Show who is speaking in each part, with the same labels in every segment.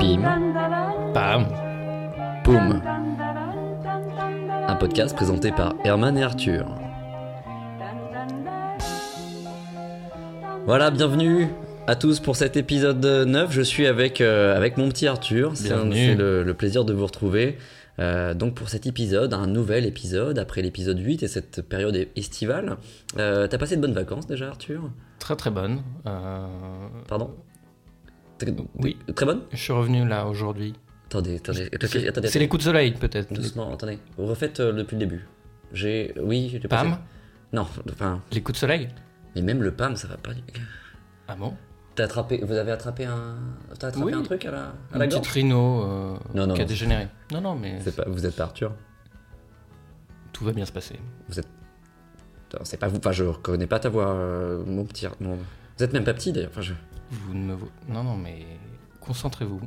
Speaker 1: Bim, bam, boum. Un podcast présenté par Herman et Arthur. Voilà, bienvenue à tous pour cet épisode 9. Je suis avec, euh, avec mon petit Arthur. C'est un-
Speaker 2: Bienvenue.
Speaker 1: c'est le, le plaisir de vous retrouver. Euh, donc pour cet épisode, un nouvel épisode après l'épisode 8 et cette période estivale. Euh, T'as passé de bonnes vacances déjà Arthur
Speaker 2: Très très bonne. Euh,
Speaker 1: Pardon T'as-
Speaker 2: Oui.
Speaker 1: Très bonne
Speaker 2: Je suis revenu là aujourd'hui.
Speaker 1: Attendez, attendez, attendez,
Speaker 2: C'est
Speaker 1: attendez.
Speaker 2: c'est les coups de soleil peut-être.
Speaker 1: Doucement, attendez. Vous refaites euh, depuis le début. J'ai. Oui, j'ai passé-
Speaker 2: Pam
Speaker 1: Non, enfin.
Speaker 2: Les coups de soleil
Speaker 1: Mais même le PAM, ça va pas.
Speaker 2: Ah bon
Speaker 1: T'as attrapé. Vous avez attrapé un. T'as attrapé
Speaker 2: Oui.
Speaker 1: un truc à la, à
Speaker 2: Un
Speaker 1: la
Speaker 2: petit
Speaker 1: gorge
Speaker 2: rhino euh,
Speaker 1: Ah, Non, non,
Speaker 2: qui a
Speaker 1: non.
Speaker 2: dégénéré. Non, non, mais
Speaker 1: C'est pas- Vous êtes pas Arthur
Speaker 2: tout va bien se passer.
Speaker 1: Vous êtes. Attends, C'est pas vous. Enfin, je reconnais pas ta voix, euh, mon petit. mon- Vous êtes même pas petit d'ailleurs. Enfin, je.
Speaker 2: Vous ne me... vo- Non, non, mais concentrez-vous.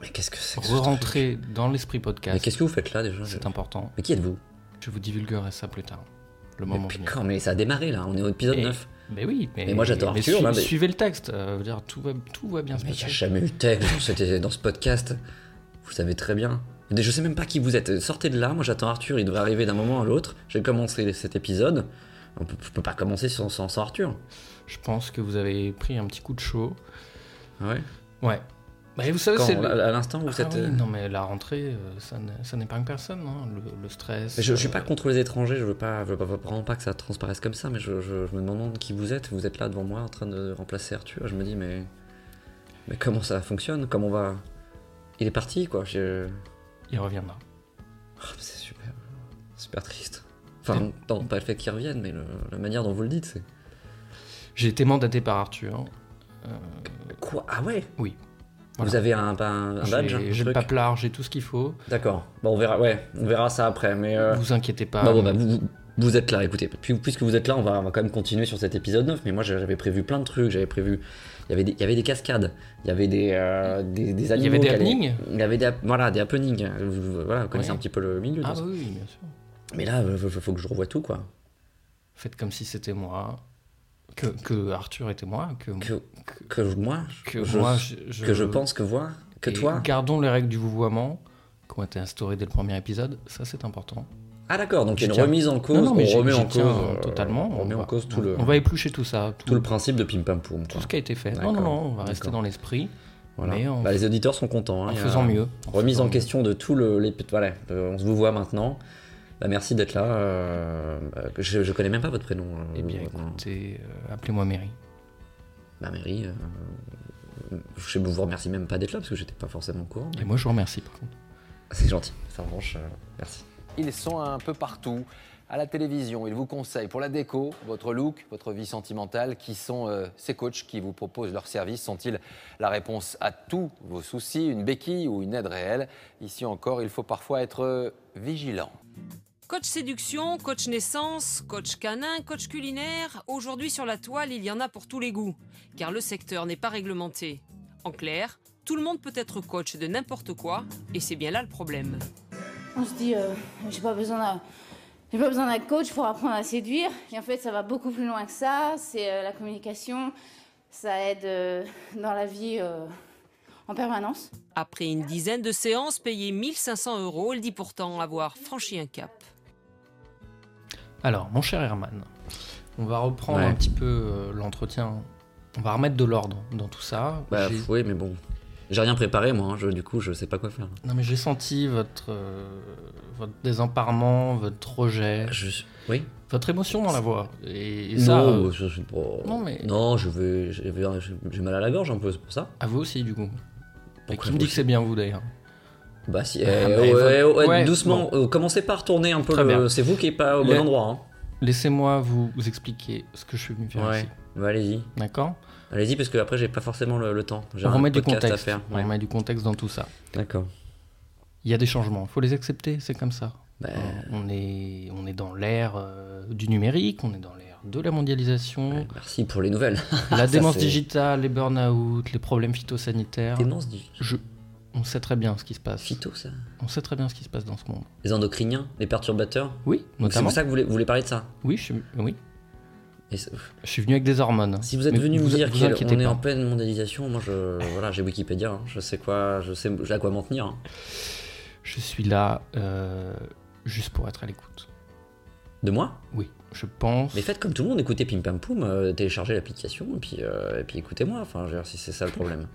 Speaker 1: Mais qu'est-ce que c'est que ce truc
Speaker 2: Rentrez dans l'esprit
Speaker 1: Mais
Speaker 2: podcast.
Speaker 1: qu'est-ce que vous faites là déjà je-
Speaker 2: C'est important.
Speaker 1: Mais qui êtes-vous
Speaker 2: Je vous divulguerai ça plus tard. Le
Speaker 1: Mais
Speaker 2: moment
Speaker 1: puis
Speaker 2: venu.
Speaker 1: quand Mais ça a démarré là, on est au épisode
Speaker 2: Et-
Speaker 1: 9.
Speaker 2: Mais oui, mais,
Speaker 1: Mais moi, j'adore
Speaker 2: mais
Speaker 1: Arthur,
Speaker 2: su-
Speaker 1: là, mais-
Speaker 2: Suivez le texte. euh, veut dire, tout, va, tout va bien se
Speaker 1: Mais il n'y a
Speaker 2: passer.
Speaker 1: jamais eu de texte dans, cette- dans ce podcast. Vous savez très bien. Je sais même pas qui vous êtes. Sortez de là, moi j'attends Arthur, il devrait arriver d'un moment à l'autre. J'ai commencé cet épisode. On peut, je peux pas commencer sans, sans, sans Arthur.
Speaker 2: Je pense que vous avez pris un petit coup de chaud.
Speaker 1: Ah Ouais.
Speaker 2: Ouais. Bah, vous savez,
Speaker 1: Quand-
Speaker 2: c'est
Speaker 1: à
Speaker 2: le...
Speaker 1: à l'instant où vous
Speaker 2: Ah
Speaker 1: êtes.
Speaker 2: oui,
Speaker 1: euh,
Speaker 2: non mais la rentrée, euh, ça n- ça n'épargne personne, hein, le, le stress.
Speaker 1: mais je, je suis
Speaker 2: euh,
Speaker 1: pas contre les étrangers, je veux pas, je veux pas, vraiment pas que ça transparaisse comme ça, mais je, je- je me demande qui vous êtes. Vous êtes là devant moi en train de remplacer Arthur. Je me dis, mais. Mais comment ça fonctionne Comment on va. Il est parti quoi. Je...
Speaker 2: Il reviendra.
Speaker 1: Ah, mais c'est super, super triste. Enfin, non, pas le fait qu'ils reviennent, mais le- la manière dont vous le dites, c'est.
Speaker 2: J'ai été mandaté par Arthur.
Speaker 1: Quoi Ah ouais
Speaker 2: Oui.
Speaker 1: Vous
Speaker 2: Voilà.
Speaker 1: avez un, pas un- un badge un
Speaker 2: J'ai j'ai le
Speaker 1: truc
Speaker 2: paplard, j'ai tout ce qu'il faut.
Speaker 1: D'accord. Bon, on verra. Ouais, on verra ça après. Mais euh,
Speaker 2: Vous inquiétez pas.
Speaker 1: bah, bon, bah, vous, vous- vous êtes là. Écoutez, puis, puisque vous êtes là, on va, on va quand même continuer sur cet épisode 9. Mais moi, j'avais prévu plein de trucs. J'avais prévu. Il y avait des, il y avait des cascades. Il y avait des, euh, des, des
Speaker 2: Il
Speaker 1: animaux.
Speaker 2: y avait des
Speaker 1: qui allaient-
Speaker 2: happenings
Speaker 1: Il y avait des, hap- voilà, des happenings. Vous- vous- Voilà, vous connaissez
Speaker 2: Ouais.
Speaker 1: un petit peu le milieu.
Speaker 2: Ah
Speaker 1: donc.
Speaker 2: oui, oui, bien sûr.
Speaker 1: Mais là, il faut, faut que je revoie tout, quoi.
Speaker 2: Faites comme si c'était moi. Que, que Arthur était moi. Que,
Speaker 1: Que, que moi,
Speaker 2: que moi, je, je-
Speaker 1: que je pense que voir, que
Speaker 2: Et
Speaker 1: toi.
Speaker 2: Gardons les règles du vouvoiement qui ont été instaurées dès le premier épisode. Ça, c'est important.
Speaker 1: Ah d'accord, donc il y a
Speaker 2: Je
Speaker 1: une
Speaker 2: tiens-
Speaker 1: remise en cause,
Speaker 2: non, non, mais
Speaker 1: on
Speaker 2: j'y-
Speaker 1: remet
Speaker 2: j'y
Speaker 1: en cause
Speaker 2: tiens,
Speaker 1: euh,
Speaker 2: totalement.
Speaker 1: on remet
Speaker 2: va-
Speaker 1: en cause tout le
Speaker 2: On va éplucher tout ça. Tout,
Speaker 1: tout le principe de pim pam poum.
Speaker 2: tout
Speaker 1: quoi.
Speaker 2: ce qui a été fait.
Speaker 1: D'accord.
Speaker 2: Non, non, non, on va rester
Speaker 1: D'accord.
Speaker 2: dans l'esprit
Speaker 1: Voilà.
Speaker 2: mais en-
Speaker 1: Bah, les auditeurs sont contents. hein,
Speaker 2: en
Speaker 1: il y a
Speaker 2: faisant mieux.
Speaker 1: Remise
Speaker 2: euh, faisant
Speaker 1: en
Speaker 2: mieux.
Speaker 1: question de tout le. les- voilà, euh, on se vous voit maintenant. Bah, merci d'être là. euh, bah, je, je connais même pas votre prénom. euh,
Speaker 2: Eh bien,
Speaker 1: maintenant.
Speaker 2: écoutez, euh, appelez-moi Mary.
Speaker 1: Bah, Mary, euh, je vous remercie même pas d'être là parce que j'étais pas forcément au courant. Ah,
Speaker 2: Et moi, je vous remercie, par contre.
Speaker 1: C'est gentil. Ça en revanche, euh, merci.
Speaker 3: Ils sont un peu partout. À la télévision, ils vous conseillent pour la déco, votre look, votre vie sentimentale, qui sont euh, ces coachs qui vous proposent leurs services. Sont-ils la réponse à tous vos soucis, une béquille ou une aide réelle Ici encore, il faut parfois être euh, vigilant.
Speaker 4: Coach séduction, coach naissance, coach canin, coach culinaire, aujourd'hui sur la toile, il y en a pour tous les goûts, car le secteur n'est pas réglementé. En clair, tout le monde peut être coach de n'importe quoi, et c'est bien là le problème.
Speaker 5: On se dit, euh, j'ai pas besoin d'un, j'ai pas besoin d'un coach pour apprendre à séduire. Et en fait, ça va beaucoup plus loin que ça. C'est euh, la communication, ça aide euh, dans la vie euh, en permanence.
Speaker 4: Après une dizaine de séances payées 1500 euros, elle dit pourtant avoir franchi un cap.
Speaker 2: Alors, mon cher Herman, on va reprendre
Speaker 1: Ouais.
Speaker 2: un petit peu euh, l'entretien. On va remettre de l'ordre dans tout ça.
Speaker 1: Bah,
Speaker 2: J'ai-
Speaker 1: oui, mais bon. J'ai rien préparé moi, hein, je- du coup je sais pas quoi faire.
Speaker 2: Non, mais j'ai senti votre, euh, votre désemparement, votre rejet,
Speaker 1: Je- Oui
Speaker 2: votre émotion dans la voix. Et, et
Speaker 1: non,
Speaker 2: ça, euh,
Speaker 1: mais je, je- bon,
Speaker 2: non, mais-
Speaker 1: non, je vais, j'ai j'ai mal à la gorge un peu, c'est pour ça.
Speaker 2: à vous aussi, du coup. Et
Speaker 1: Pourquoi
Speaker 2: qui me dit
Speaker 1: vous
Speaker 2: que c'est bien vous, d'ailleurs
Speaker 1: Bah si,
Speaker 2: Ah,
Speaker 1: eh,
Speaker 2: bah,
Speaker 1: ouais, ouais,
Speaker 2: votre-
Speaker 1: ouais,
Speaker 2: ouais,
Speaker 1: doucement, euh, commencez par tourner un peu.
Speaker 2: Très
Speaker 1: le-
Speaker 2: bien.
Speaker 1: C'est vous qui est pas au bon
Speaker 2: Le-
Speaker 1: endroit. hein.
Speaker 2: Laissez-moi vous, vous expliquer ce que je suis venu faire ici.
Speaker 1: Bah, allez-y,
Speaker 2: D'accord
Speaker 1: allez-y parce que après j'ai pas forcément le, le temps. J'ai
Speaker 2: On
Speaker 1: un
Speaker 2: remet du
Speaker 1: podcast
Speaker 2: contexte.
Speaker 1: à faire.
Speaker 2: On
Speaker 1: ouais.
Speaker 2: remet du contexte dans tout ça.
Speaker 1: D'accord.
Speaker 2: Il y a des changements, faut les accepter, c'est comme ça.
Speaker 1: Bah,
Speaker 2: Euh, On est, on est dans l'ère euh, du numérique, on est dans l'ère de la mondialisation,
Speaker 1: ouais, euh, merci pour les nouvelles.
Speaker 2: la
Speaker 1: Ça,
Speaker 2: démence
Speaker 1: c'est-
Speaker 2: digitale, les burn-out, les problèmes phytosanitaires.
Speaker 1: Démence du
Speaker 2: Je- On sait très bien ce qui se passe.
Speaker 1: phyto ça.
Speaker 2: On sait très bien ce qui se passe dans ce monde.
Speaker 1: Les endocriniens, les perturbateurs.
Speaker 2: Oui,
Speaker 1: Donc, C'est
Speaker 2: notamment.
Speaker 1: pour ça que vous voulez, vous voulez parler de ça.
Speaker 2: Oui, je suis- oui.
Speaker 1: Et c'est-
Speaker 2: Je suis venu avec des hormones.
Speaker 1: si vous êtes
Speaker 2: Mais
Speaker 1: venu me dire
Speaker 2: vous
Speaker 1: qu'on
Speaker 2: inquiétez
Speaker 1: est
Speaker 2: pas.
Speaker 1: en pleine mondialisation, moi je voilà, j'ai Wikipédia, hein, je sais quoi, je sais à quoi m'en tenir. hein.
Speaker 2: Je suis là euh, juste pour être à l'écoute.
Speaker 1: De moi
Speaker 2: Oui, je pense.
Speaker 1: Mais faites comme tout le monde, écoutez Pim Pam Poum, euh, téléchargez l'application et puis euh, et puis écoutez-moi. Enfin, je veux dire, si c'est ça le problème.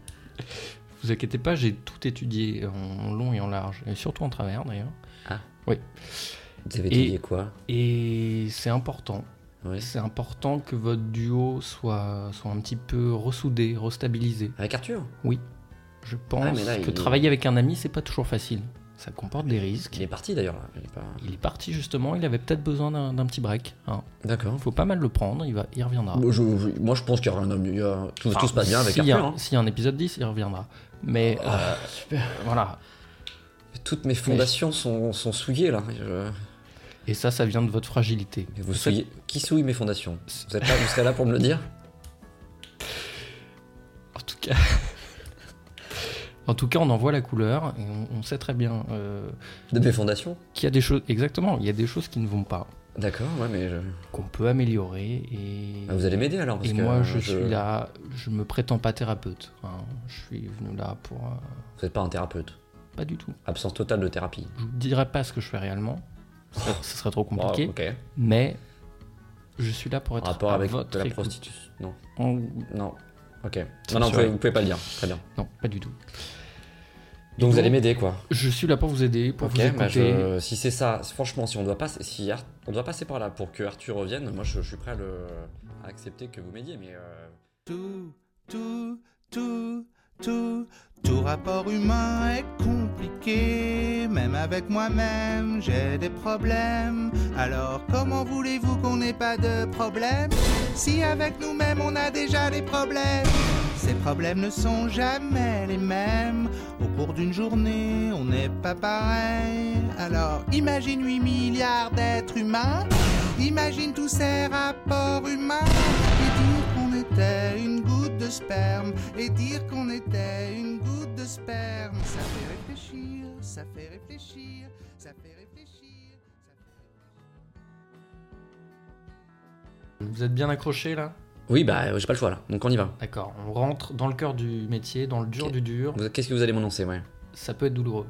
Speaker 2: Vous inquiétez pas, j'ai tout étudié en long et en large, et surtout en travers d'ailleurs.
Speaker 1: Vous avez
Speaker 2: Et-
Speaker 1: étudié quoi
Speaker 2: Et c'est important.
Speaker 1: Ouais.
Speaker 2: C'est important que votre duo soit, soit un petit peu ressoudé, restabilisé.
Speaker 1: Avec Arthur
Speaker 2: Je pense
Speaker 1: Ah, mais là,
Speaker 2: que
Speaker 1: il-
Speaker 2: travailler avec un ami, c'est pas toujours facile. Ça comporte des risques.
Speaker 1: Il est parti d'ailleurs là. il est pas-
Speaker 2: Il est parti justement, il avait peut-être besoin d'un d'un petit break. hein.
Speaker 1: D'accord.
Speaker 2: Faut pas mal le prendre, il, va, il reviendra.
Speaker 1: Bon, je- je- moi je pense qu'il y aura un homme. il y a- Tout,
Speaker 2: Enfin,
Speaker 1: tout se passe bien avec
Speaker 2: s'il y a-
Speaker 1: Arthur. hein. Oh,
Speaker 2: S'il y a un épisode 10, il reviendra. Mais euh, voilà.
Speaker 1: hein. Toutes mes fondations sont, sont souillées là. Je-
Speaker 2: Et ça, ça vient de votre fragilité.
Speaker 1: Et vous souillez- Qui souille mes fondations Vous êtes pas, vous serez là pour me le dire
Speaker 2: En tout cas. En tout cas, on en voit la couleur et on, on sait très bien euh,
Speaker 1: De mes fondations
Speaker 2: qu'il y a des choses. Exactement, il y a des choses qui ne vont pas,
Speaker 1: D'accord, ouais, mais je-
Speaker 2: qu'on peut améliorer. Et,
Speaker 1: Ah, vous allez m'aider alors parce
Speaker 2: et
Speaker 1: que
Speaker 2: moi,
Speaker 1: euh,
Speaker 2: je, suis là, je me prétends pas thérapeute. hein. Je suis venu là pour. euh,
Speaker 1: Vous n'êtes pas un thérapeute.
Speaker 2: pas du tout.
Speaker 1: Absence totale de thérapie.
Speaker 2: Je vous dirai pas ce que je fais réellement. Ça, ce serait trop
Speaker 1: Bon,
Speaker 2: compliqué.
Speaker 1: Ah, ok.
Speaker 2: Mais je suis là pour
Speaker 1: En
Speaker 2: être.
Speaker 1: rapport
Speaker 2: à
Speaker 1: avec
Speaker 2: votre
Speaker 1: de la
Speaker 2: écoute.
Speaker 1: prostitution. Non.
Speaker 2: En-
Speaker 1: Non. Ok.
Speaker 2: C'est
Speaker 1: Non, non, vous pouvez,
Speaker 2: sûr.
Speaker 1: vous pouvez pas le dire. Très bien.
Speaker 2: Non, pas du tout.
Speaker 1: Donc vous
Speaker 2: vous-
Speaker 1: allez m'aider quoi.
Speaker 2: Je suis là pour vous aider, pour
Speaker 1: Ok,
Speaker 2: vous
Speaker 1: bah
Speaker 2: écouter.
Speaker 1: je- si c'est ça, franchement, si on doit passer, si Ar- on doit passer par là pour que Arthur revienne, moi je, je suis prêt à, le- à accepter que vous m'aidiez, mais. euh,
Speaker 6: Tout, tout, tout, tout, tout rapport humain est compliqué. Même avec moi-même, j'ai des problèmes. Alors comment voulez-vous qu'on n'ait pas de problème Si avec nous-mêmes on a déjà des problèmes, ces problèmes ne sont jamais les mêmes. Au cours d'une journée, on n'est pas pareil. Alors imagine 8 milliards d'êtres humains. Imagine tous ces rapports humains et dire qu'on était une goutte de sperme et dire qu'on était une goutte de sperme. Ça fait réfléchir, ça fait réfléchir, ça fait réfléchir. ça fait réfléchir.
Speaker 2: Vous êtes bien accrochés là
Speaker 1: Oui, bah euh, j'ai pas le choix là, donc on y va.
Speaker 2: D'accord, on rentre dans le cœur du métier, dans le dur
Speaker 1: Ok.
Speaker 2: du dur.
Speaker 1: Vous- Qu'est-ce que vous allez m'annoncer, ouais
Speaker 2: Ça peut être douloureux.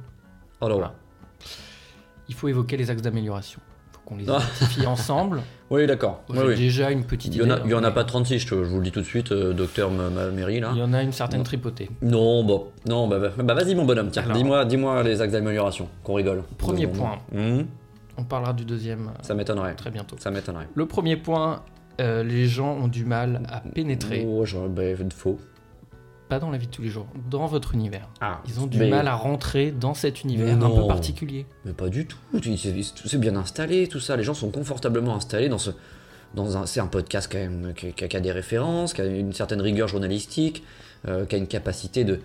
Speaker 1: Oh là là.
Speaker 2: Voilà. Il faut évoquer les axes d'amélioration. Il faut qu'on les
Speaker 1: Ah.
Speaker 2: identifie ensemble.
Speaker 1: Oui, d'accord.
Speaker 2: J'ai
Speaker 1: Oui, oui.
Speaker 2: déjà une petite
Speaker 1: Il
Speaker 2: idée. hein,
Speaker 1: y en a, il y en a
Speaker 2: mais
Speaker 1: pas 36, je, te- je vous le dis tout de suite, euh, docteur Ma- Ma- Mairie là.
Speaker 2: Il y en a une certaine
Speaker 1: Non.
Speaker 2: tripotée.
Speaker 1: Non, bon, non, bah, bah, bah, vas-y mon bonhomme, tiens,
Speaker 2: Alors.
Speaker 1: dis-moi, dis-moi les axes d'amélioration, qu'on rigole.
Speaker 2: Premier
Speaker 1: Deux
Speaker 2: point.
Speaker 1: secondes. Hmm,
Speaker 2: On parlera du deuxième euh,
Speaker 1: ça m'étonnerait,
Speaker 2: très bientôt.
Speaker 1: ça m'étonnerait.
Speaker 2: Le premier point, euh, les gens ont du mal à pénétrer,
Speaker 1: Oh, genre, bah, faux.
Speaker 2: pas dans la vie de tous les jours, dans votre univers.
Speaker 1: Ah,
Speaker 2: Ils ont du
Speaker 1: mais-
Speaker 2: mal à rentrer dans cet univers un
Speaker 1: non.
Speaker 2: peu particulier.
Speaker 1: Mais pas du tout. C'est- c'est- C'est bien installé, tout ça. Les gens sont confortablement installés dans ce. Dans un, c'est un podcast quand même qui, qui a- qui a des références, qui a une certaine rigueur journalistique, euh, qui a une capacité de,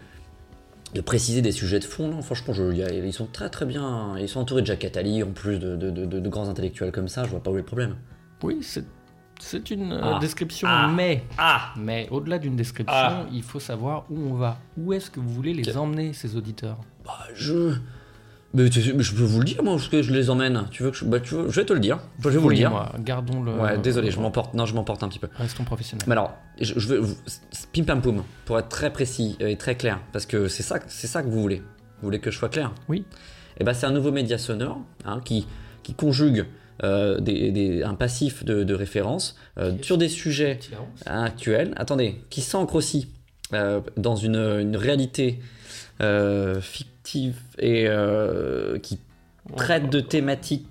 Speaker 1: de préciser des sujets de fond. Non, franchement, je, il y a- ils sont très très bien. Ils sont entourés de Jacques Attali, en plus de, de- de- de- de grands intellectuels comme ça. Je vois pas où est le problème.
Speaker 2: Oui, c'est- c'est une euh,
Speaker 1: Ah.
Speaker 2: description,
Speaker 1: Ah.
Speaker 2: mais,
Speaker 1: Ah
Speaker 2: mais au-delà d'une description,
Speaker 1: Ah.
Speaker 2: il faut savoir où on va. Où est-ce que vous voulez les
Speaker 1: Ok.
Speaker 2: emmener, ces auditeurs
Speaker 1: Ah, Je. Mais, tu- mais je peux vous le dire, moi, où est-ce que je les emmène. Tu veux que je. bah, tu veux- je vais te le dire. Je vais vous le dire.
Speaker 2: Moi, gardons le.
Speaker 1: Euh, Ouais, désolé, je Bah, m'emporte. Non, je m'emporte un petit peu.
Speaker 2: Restons professionnels.
Speaker 1: Mais alors, je, je veux. vous- Pim pam poum, pour être très précis et très clair, parce que c'est ça, c'est ça que vous voulez. Vous voulez que je sois clair
Speaker 2: Oui.
Speaker 1: Et ben, c'est un nouveau média sonore hein, qui, qui conjugue euh, des- des- un passif de, de référence euh,
Speaker 2: Qui est-
Speaker 1: sur des sujets
Speaker 2: Petit Larousse.
Speaker 1: actuels, attendez, qui s'ancre aussi euh, dans une, une réalité euh, fictive et euh, qui traite de thématiques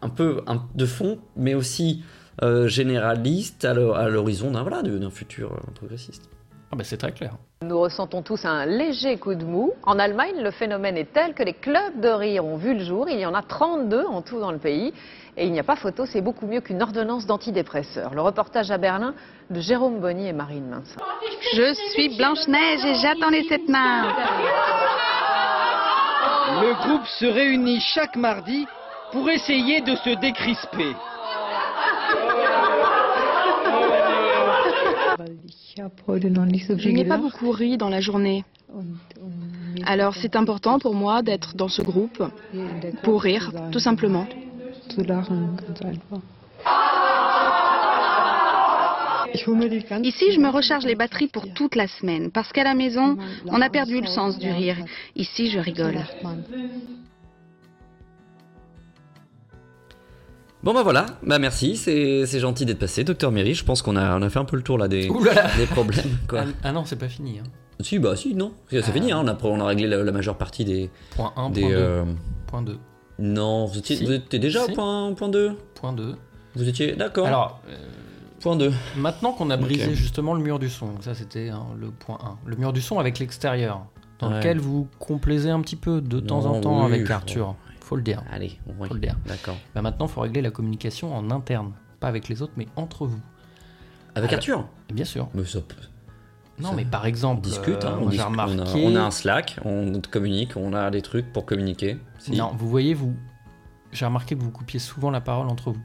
Speaker 1: un peu un- de fond, mais aussi euh, généraliste à l'ho- à l'horizon d'un voilà, de- d'un futur euh, progressiste.
Speaker 2: Ah bah, c'est très clair.
Speaker 7: Nous ressentons tous un léger coup de mou. En Allemagne, le phénomène est tel que les clubs de rire ont vu le jour. Il y en a 32 en tout dans le pays. Et il n'y a pas photo, c'est beaucoup mieux qu'une ordonnance d'antidépresseurs. Le reportage à Berlin de Jérôme Bonny et Marine Minson.
Speaker 8: Je suis Blanche-Neige et j'attendais cette main.
Speaker 9: Le groupe se réunit chaque mardi pour essayer de se décrisper.
Speaker 8: Je n'ai pas beaucoup ri dans la journée. Alors c'est important pour moi d'être dans ce groupe pour rire, tout simplement. Ici, je me recharge les batteries pour toute la semaine, parce qu'à la maison, on a perdu le sens du rire. Ici, je rigole.
Speaker 1: Bon bah voilà, bah merci, c'est c'est gentil d'être passé, docteur Méry. Je pense qu'on a, on a fait un peu le tour là des,
Speaker 2: Ouh là là.
Speaker 1: des problèmes. Quoi.
Speaker 2: Ah, ah non, c'est pas fini. hein.
Speaker 1: si bah si non, c'est c'est fini. Hein, on, a, on a réglé la, la majeure partie des
Speaker 2: Point 1,
Speaker 1: des.
Speaker 2: point 2.
Speaker 1: euh,
Speaker 2: Point 2.
Speaker 1: Non, vous étiez,
Speaker 2: Si.
Speaker 1: vous étiez déjà
Speaker 2: Si.
Speaker 1: au point point 2
Speaker 2: Point 2.
Speaker 1: Vous étiez d'accord.
Speaker 2: Alors, euh,
Speaker 1: point 2.
Speaker 2: maintenant qu'on a brisé
Speaker 1: Ok.
Speaker 2: justement le mur du son, donc ça c'était hein, le point 1. Le mur du son avec l'extérieur, dans
Speaker 1: Ouais.
Speaker 2: lequel vous complaisez un petit peu de temps en
Speaker 1: Non,
Speaker 2: temps
Speaker 1: oui,
Speaker 2: avec
Speaker 1: je
Speaker 2: Arthur. Faut le dire.
Speaker 1: Allez, oui.
Speaker 2: Faut le dire.
Speaker 1: D'accord.
Speaker 2: Bah maintenant, faut régler la communication en interne. Pas avec les autres, mais entre vous.
Speaker 1: Avec
Speaker 2: Alors-
Speaker 1: Arthur.
Speaker 2: Et bien sûr.
Speaker 1: Mais ça peut-
Speaker 2: Non,
Speaker 1: Ça-
Speaker 2: mais par
Speaker 1: on
Speaker 2: exemple,
Speaker 1: discute,
Speaker 2: euh,
Speaker 1: hein, on,
Speaker 2: moi, j'ai
Speaker 1: discute, on a-
Speaker 2: remarqué.
Speaker 1: on a, un Slack, on communique, on a des trucs pour communiquer. Si.
Speaker 2: Non, vous voyez, vous. J'ai remarqué que vous coupiez souvent la parole entre vous.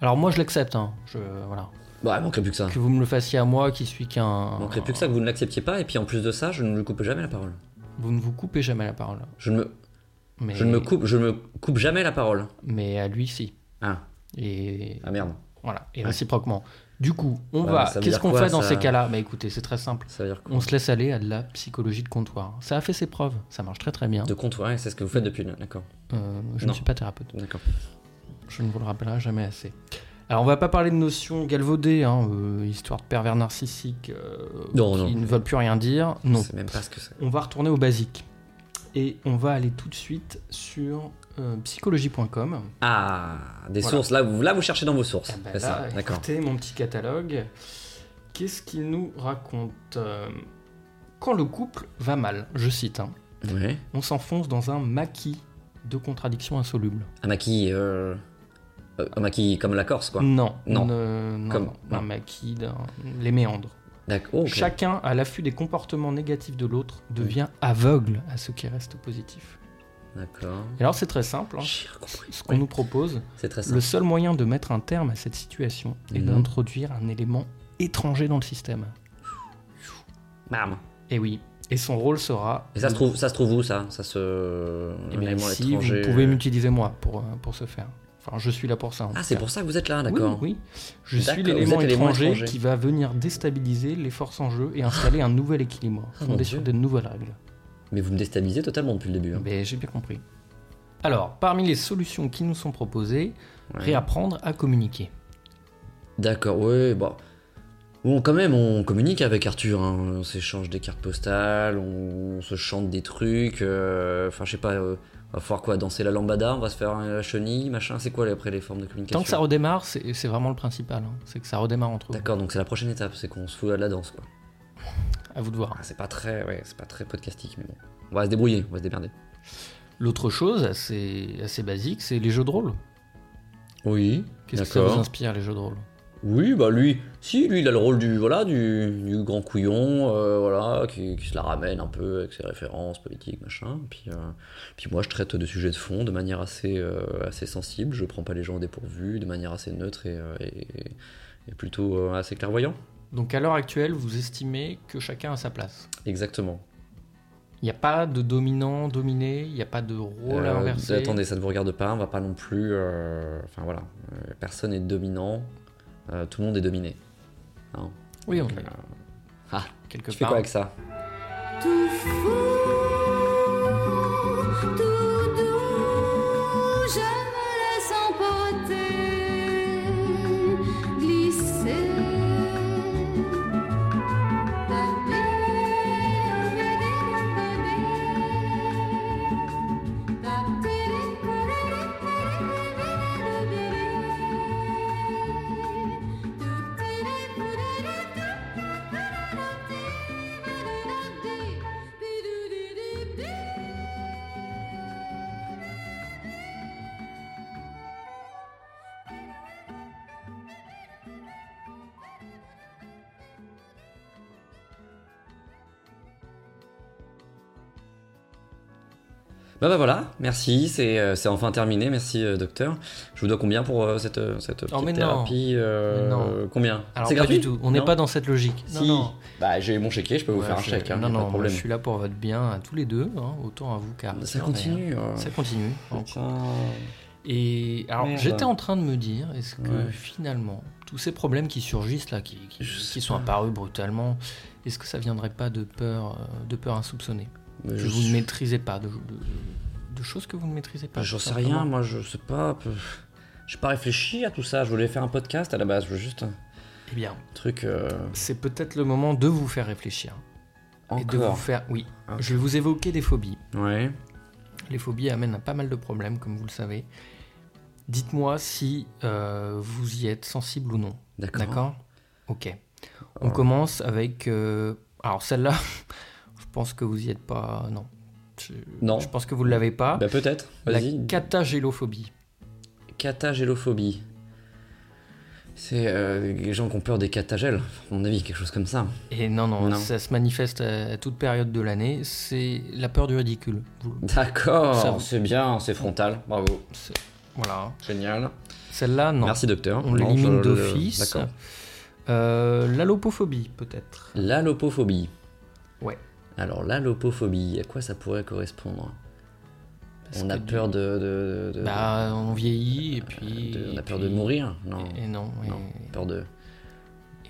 Speaker 2: Alors moi, je l'accepte. Hein. Je voilà.
Speaker 1: Bah, il manquerait plus que ça.
Speaker 2: Que vous me le fassiez à moi, qui suis qu'un.
Speaker 1: Il manquerait plus que ça que vous ne l'acceptiez pas, et puis en plus de ça, je ne lui coupe jamais la parole.
Speaker 2: Vous ne vous coupez jamais la parole.
Speaker 1: Je ne me,
Speaker 2: Mais,
Speaker 1: je ne me coupe, je ne me coupe jamais la parole.
Speaker 2: Mais à lui, si.
Speaker 1: Ah,
Speaker 2: Et
Speaker 1: ah merde.
Speaker 2: voilà. Et
Speaker 1: Ouais.
Speaker 2: réciproquement. Du coup, on
Speaker 1: Ouais, mais
Speaker 2: va.
Speaker 1: ça veut
Speaker 2: Qu'est-ce
Speaker 1: dire
Speaker 2: qu'on
Speaker 1: quoi,
Speaker 2: fait dans
Speaker 1: ça
Speaker 2: ces cas-là Bah écoutez, c'est très simple.
Speaker 1: Ça veut dire quoi
Speaker 2: On se laisse aller à de la psychologie de comptoir. Ça a fait ses preuves. Ça marche très très bien.
Speaker 1: De comptoir, ouais, c'est ce que vous faites depuis là. D'accord.
Speaker 2: Euh, je
Speaker 1: Non.
Speaker 2: ne suis pas thérapeute.
Speaker 1: D'accord.
Speaker 2: Je ne vous le rappellerai jamais assez. Alors, on va pas parler de notions galvaudées, hein, euh, histoire de pervers narcissiques euh,
Speaker 1: Non,
Speaker 2: qui
Speaker 1: non.
Speaker 2: ne veulent plus rien dire. Non.
Speaker 1: C'est même pas ce que c'est.
Speaker 2: On va retourner au basique. Et on va aller tout de suite sur euh, psychologie.com.
Speaker 1: Ah, des
Speaker 2: Voilà.
Speaker 1: sources. Là, vous, là, vous cherchez dans vos sources.
Speaker 2: Ah bah
Speaker 1: c'est ça.
Speaker 2: là,
Speaker 1: D'accord.
Speaker 2: écoutez mon petit catalogue. Qu'est-ce qu'il nous raconte Euh, Quand le couple va mal, je cite, hein,
Speaker 1: Ouais.
Speaker 2: on s'enfonce dans un maquis de contradictions insolubles.
Speaker 1: Un maquis, euh, euh, un maquis comme la Corse, quoi.
Speaker 2: Non,
Speaker 1: Non.
Speaker 2: ne- non,
Speaker 1: Comme-
Speaker 2: non,
Speaker 1: non.
Speaker 2: un maquis, d'un- les méandres.
Speaker 1: D'accord. Oh, ok.
Speaker 2: Chacun, à l'affût des comportements négatifs de l'autre, devient aveugle à ce qui reste positif.
Speaker 1: D'accord.
Speaker 2: Et alors c'est très simple, hein.
Speaker 1: J'ai compris.
Speaker 2: ce qu'on nous propose,
Speaker 1: C'est très simple.
Speaker 2: le seul moyen de mettre un terme à cette situation est
Speaker 1: Mhm.
Speaker 2: d'introduire un élément étranger dans le système.
Speaker 1: Bam.
Speaker 2: Et oui, et son rôle sera...
Speaker 1: Et ça se trouve, ça se trouve où ça Ça se.
Speaker 2: Mm. Eh
Speaker 1: un
Speaker 2: bien,
Speaker 1: élément
Speaker 2: ici,
Speaker 1: étranger.
Speaker 2: vous pouvez m'utiliser moi pour, euh, pour ce faire. Enfin, je suis là pour ça. en
Speaker 1: Ah,
Speaker 2: tout
Speaker 1: c'est
Speaker 2: cas.
Speaker 1: pour ça que vous êtes là, d'accord.
Speaker 2: Oui, oui. Je
Speaker 1: D'accord,
Speaker 2: suis
Speaker 1: vous
Speaker 2: l'élément
Speaker 1: êtes l'élément
Speaker 2: étranger,
Speaker 1: étranger.
Speaker 2: qui va venir déstabiliser les forces en jeu et installer un nouvel équilibre,
Speaker 1: Ah, mon
Speaker 2: fondé
Speaker 1: Dieu.
Speaker 2: sur de nouvelles règles.
Speaker 1: Mais vous me déstabilisez totalement depuis le début. hein.
Speaker 2: Mais j'ai bien compris. Alors, parmi les solutions qui nous sont proposées,
Speaker 1: Ouais.
Speaker 2: réapprendre à communiquer.
Speaker 1: D'accord, oui, bon. Bon, quand même, on communique avec Arthur, hein. on s'échange des cartes postales, on, se chante des trucs, euh, enfin, je sais pas, euh, on va falloir quoi, danser la lambada, on va se faire euh, la chenille, machin, c'est quoi après les formes de communication
Speaker 2: Tant que ça redémarre, c'est c'est vraiment le principal. hein. C'est que ça redémarre entre vous.
Speaker 1: D'accord, donc c'est la prochaine étape, c'est qu'on se fout à la danse, quoi.
Speaker 2: À vous de voir.
Speaker 1: Ah, c'est pas très, ouais, c'est pas très podcastique, mais bon. On va se débrouiller, on va se démerder.
Speaker 2: L'autre chose, assez, assez basique, c'est les jeux de rôle.
Speaker 1: Oui,
Speaker 2: Qu'est-ce que ça vous inspire, les jeux de rôle
Speaker 1: Oui, bah lui, si, lui, il a le rôle du, voilà, du, du grand couillon, euh, voilà, qui, qui se la ramène un peu avec ses références politiques, machin. Puis, euh, puis moi, je traite de sujets de fond de manière assez, euh, assez sensible. Je prends pas les gens au dépourvu, de manière assez neutre et, euh, et, et plutôt euh, assez clairvoyant.
Speaker 2: Donc, à l'heure actuelle, vous estimez que chacun a sa place.
Speaker 1: Exactement.
Speaker 2: Il n'y a pas de dominant, dominé, il n'y a pas de rôle à
Speaker 1: Euh,
Speaker 2: inverser.
Speaker 1: attendez, ça ne vous regarde pas, on va pas non plus. euh, Enfin voilà, Euh, personne n'est dominant, euh, tout le monde est dominé. Hein.
Speaker 2: Oui, on
Speaker 1: Donc,
Speaker 2: est
Speaker 1: euh, ah,
Speaker 2: quelque
Speaker 1: tu fais
Speaker 2: part.
Speaker 1: quoi avec ça
Speaker 10: Tout fou, tout doux, je me laisse emporter, glisser.
Speaker 1: Bah bah voilà, merci, c'est euh, c'est enfin terminé, merci euh, docteur. Je vous dois combien pour euh, cette, euh, cette petite
Speaker 2: Oh, mais non.
Speaker 1: thérapie euh,
Speaker 2: Mais non.
Speaker 1: Combien
Speaker 2: Alors,
Speaker 1: C'est
Speaker 2: pas
Speaker 1: gratuit
Speaker 2: du tout. On n'est
Speaker 1: Non
Speaker 2: pas dans cette logique. Non,
Speaker 1: Si.
Speaker 2: non.
Speaker 1: Bah j'ai mon chéquier, je peux vous
Speaker 2: Ouais,
Speaker 1: faire un
Speaker 2: je-
Speaker 1: chèque, hein,
Speaker 2: non,
Speaker 1: y a
Speaker 2: non,
Speaker 1: pas de
Speaker 2: moi,
Speaker 1: problème.
Speaker 2: je suis là pour votre bien à tous les deux, hein, autant à vous qu'à
Speaker 1: Ça
Speaker 2: Arthur,
Speaker 1: continue. euh,
Speaker 2: d'ailleurs. Ça continue.
Speaker 1: putain.
Speaker 2: Et alors,
Speaker 1: Merde.
Speaker 2: j'étais en train de me dire, est-ce que
Speaker 1: Ouais.
Speaker 2: finalement, tous ces problèmes qui surgissent là, qui, qui-
Speaker 1: Je sais
Speaker 2: qui sont
Speaker 1: pas.
Speaker 2: apparus brutalement, est-ce que ça viendrait pas de peur, euh, de peur insoupçonnée
Speaker 1: Mais
Speaker 2: Que
Speaker 1: Euh, je
Speaker 2: vous ne
Speaker 1: suis-
Speaker 2: maîtrisez pas, de, de- de choses que vous ne maîtrisez pas.
Speaker 1: J'en sais
Speaker 2: simplement.
Speaker 1: rien, moi je sais pas. peu- J'ai pas réfléchi à tout ça. Je voulais faire un podcast à la base, je voulais juste un
Speaker 2: Eh bien,
Speaker 1: truc euh,
Speaker 2: c'est peut-être le moment de vous faire réfléchir. Et de vous
Speaker 1: encore.
Speaker 2: faire, oui,
Speaker 1: Ah.
Speaker 2: je vais vous évoquer des phobies.
Speaker 1: Ouais.
Speaker 2: Les phobies amènent à pas mal de problèmes, comme vous le savez. Dites-moi si euh, vous y êtes sensible ou non.
Speaker 1: D'accord.
Speaker 2: D'accord Ok. On
Speaker 1: Euh.
Speaker 2: commence avec. euh, alors, celle-là, je pense que vous y êtes pas. Non. Je,
Speaker 1: Non.
Speaker 2: Je pense que vous ne l'avez pas.
Speaker 1: Bah peut-être.
Speaker 2: La
Speaker 1: Vas-y.
Speaker 2: catagélophobie.
Speaker 1: Catagélophobie. C'est euh, les gens qui ont peur des catagèles, à mon avis, quelque chose comme ça.
Speaker 2: Et non, non,
Speaker 1: Non.
Speaker 2: ça se manifeste à, à toute période de l'année. C'est la peur du ridicule. Vous- Ça va.
Speaker 1: D'accord, c'est bien, hein, c'est frontal, bravo,
Speaker 2: c'est- Voilà.
Speaker 1: génial.
Speaker 2: Celle-là, non.
Speaker 1: Merci docteur.
Speaker 2: On
Speaker 1: Non, je-
Speaker 2: l'élimine
Speaker 1: le-
Speaker 2: d'office.
Speaker 1: D'accord. Euh,
Speaker 2: Euh, L'allopophobie, peut-être.
Speaker 1: L'allopophobie.
Speaker 2: Ouais.
Speaker 1: Alors l'allopophobie, à quoi ça pourrait correspondre
Speaker 2: Parce
Speaker 1: On a
Speaker 2: que du-
Speaker 1: peur de, de- de- de-
Speaker 2: Bah, on vieillit et puis.
Speaker 1: euh, de- on
Speaker 2: et
Speaker 1: a peur
Speaker 2: puis-
Speaker 1: de mourir, non,
Speaker 2: Et, et non, et,
Speaker 1: non, peur de,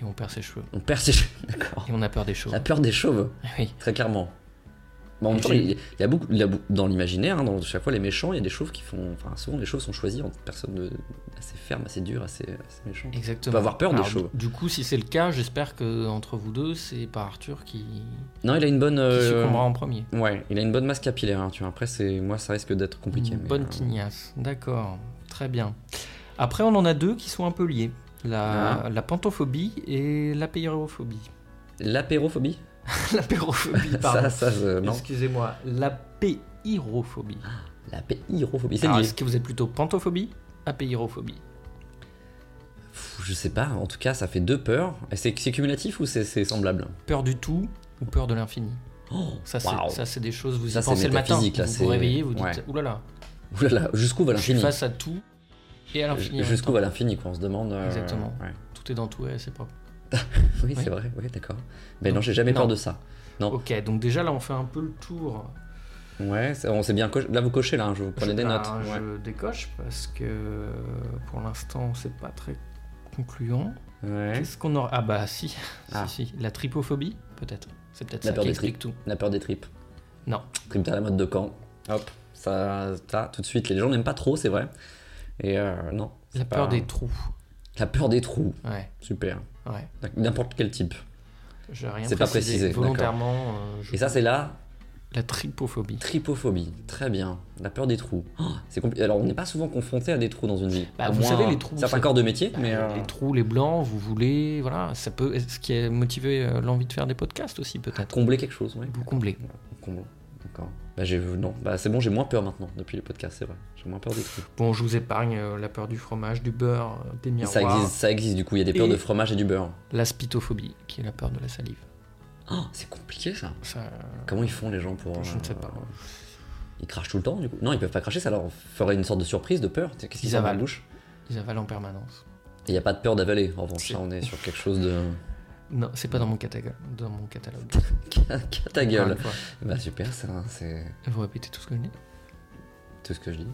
Speaker 2: et on perd ses cheveux.
Speaker 1: on perd ses cheveux, d'accord.
Speaker 2: Et on a peur des choses.
Speaker 1: La peur des chauves,
Speaker 2: Oui.
Speaker 1: très clairement. Bon, en même temps,
Speaker 2: J'ai-
Speaker 1: il il y a beaucoup, il y a beaucoup- dans l'imaginaire, hein, dans chaque fois les méchants, il y a des chauves qui font, enfin souvent les chauves sont choisies en personnes de- assez fermes, assez dures, assez, assez méchantes.
Speaker 2: Exactement.
Speaker 1: On peut avoir peur des
Speaker 2: Alors,
Speaker 1: chauves.
Speaker 2: Du, du coup, si c'est le cas, j'espère que entre vous deux, c'est pas Arthur qui, qui
Speaker 1: Non, il a une bonne, euh,
Speaker 2: succombera en premier.
Speaker 1: ouais, il a une bonne masse capillaire, hein, tu vois. Après, c'est, moi, ça risque d'être compliqué.
Speaker 2: Une
Speaker 1: mais,
Speaker 2: bonne
Speaker 1: euh,
Speaker 2: tignasse. D'accord. Très bien. Après, on en a deux qui sont un peu liés. La,
Speaker 1: Ah.
Speaker 2: la pantophobie et l'apérophobie.
Speaker 1: L'apérophobie
Speaker 2: l'apérophobie, pardon.
Speaker 1: Ça, ça, je- non.
Speaker 2: Excusez-moi. L'apéirophobie.
Speaker 1: L'apéirophobie, c'est
Speaker 2: Alors,
Speaker 1: lié.
Speaker 2: Ah, Est-ce que vous êtes plutôt pantophobie Apéirophobie.
Speaker 1: Pff, Je sais pas, en tout cas, ça fait deux peurs. Et c'est, c'est cumulatif ou c'est, c'est semblable
Speaker 2: Peur du tout ou peur de l'infini Ça, c'est
Speaker 1: Oh, Waouh.
Speaker 2: ça, c'est des choses, vous
Speaker 1: Ça,
Speaker 2: y
Speaker 1: c'est
Speaker 2: pensez le matin.
Speaker 1: métaphysique, là,
Speaker 2: vous
Speaker 1: c'est-
Speaker 2: vous réveillez, vous dites
Speaker 1: ouais.
Speaker 2: oulala,
Speaker 1: Ouh là là, jusqu'où va
Speaker 2: je suis
Speaker 1: l'infini
Speaker 2: face à tout et à l'infini. en même
Speaker 1: Jusqu'où
Speaker 2: temps.
Speaker 1: va l'infini, quoi, on se demande. euh,
Speaker 2: Exactement.
Speaker 1: ouais.
Speaker 2: Tout est dans tout et c'est propre.
Speaker 1: Oui,
Speaker 2: Oui.
Speaker 1: c'est vrai, oui, d'accord. Mais
Speaker 2: Non.
Speaker 1: non, j'ai jamais peur
Speaker 2: Non.
Speaker 1: de ça. Non.
Speaker 2: Ok, donc déjà là, on fait un peu le tour.
Speaker 1: Ouais, c'est- on s'est bien coché. Là, vous cochez, là, hein, je vous prenais
Speaker 2: Je-
Speaker 1: des
Speaker 2: ben,
Speaker 1: notes. Ouais.
Speaker 2: Je décoche parce que pour l'instant, c'est pas très concluant.
Speaker 1: Ouais.
Speaker 2: Qu'est-ce qu'on aura Ah bah si. Si,
Speaker 1: Ah.
Speaker 2: si. la tripophobie peut-être. C'est peut-être
Speaker 1: La
Speaker 2: ça
Speaker 1: peur
Speaker 2: qui
Speaker 1: des
Speaker 2: explique tout.
Speaker 1: La peur des tripes.
Speaker 2: Non.
Speaker 1: Tripes à la mode de camp. Hop, ça, ça, tout de suite. Les gens n'aiment pas trop, c'est vrai. Et euh, non. c'est
Speaker 2: La
Speaker 1: pas-
Speaker 2: peur des trous.
Speaker 1: La peur des trous,
Speaker 2: Ouais,
Speaker 1: super.
Speaker 2: ouais.
Speaker 1: N'importe quel type.
Speaker 2: J'ai rien
Speaker 1: C'est pas précisé, d'accord.
Speaker 2: Volontairement. euh, je-
Speaker 1: Et ça, c'est là,
Speaker 2: La tripophobie.
Speaker 1: Tripophobie, très bien. La peur des trous. Oh, c'est compli- Alors, on n'est pas souvent confronté à des trous dans une vie.
Speaker 2: Bah,
Speaker 1: À
Speaker 2: vous
Speaker 1: moins
Speaker 2: savez, les trous,
Speaker 1: Certains
Speaker 2: c'est- bah,
Speaker 1: corps de métier, mais. euh,
Speaker 2: Les trous, les blancs, vous voulez, voilà, ça peut, ce qui a motivé euh, l'envie de faire des podcasts aussi peut-être.
Speaker 1: Combler quelque chose, oui.
Speaker 2: Vous comblez.
Speaker 1: Combler. D'accord. Bah, j'ai... Non, bah, c'est bon, j'ai moins peur maintenant, depuis le podcast, c'est vrai. J'ai moins peur des trous.
Speaker 2: Bon, je vous épargne euh, la peur du fromage, du beurre, euh, des miroirs.
Speaker 1: Ça existe, ça existe, du coup, il y a des peurs
Speaker 2: Et-
Speaker 1: de fromage et du beurre.
Speaker 2: La spitophobie, qui est la peur de la salive.
Speaker 1: Oh, c'est compliqué ça.
Speaker 2: Ça, euh,
Speaker 1: Comment ils font les gens pour.
Speaker 2: je ne sais
Speaker 1: euh,
Speaker 2: pas.
Speaker 1: Ils crachent tout le temps, du coup. Non, ils peuvent pas cracher, ça leur ferait une sorte de surprise, de peur. Qu'est-ce
Speaker 2: Ils
Speaker 1: qu'ils avalent la
Speaker 2: avalent.
Speaker 1: bouche
Speaker 2: Ils avalent en permanence.
Speaker 1: Et il n'y a pas de peur d'avaler, en revanche.
Speaker 2: C'est-
Speaker 1: Là, on est sur quelque chose de.
Speaker 2: Non, c'est pas dans mon catalogue. Dans mon catalogue.
Speaker 1: Qu'à ta
Speaker 2: Encore
Speaker 1: gueule.
Speaker 2: une fois.
Speaker 1: Bah, super, ça, c'est
Speaker 2: Vous répétez tout ce que je dis
Speaker 1: tout ce que je dis.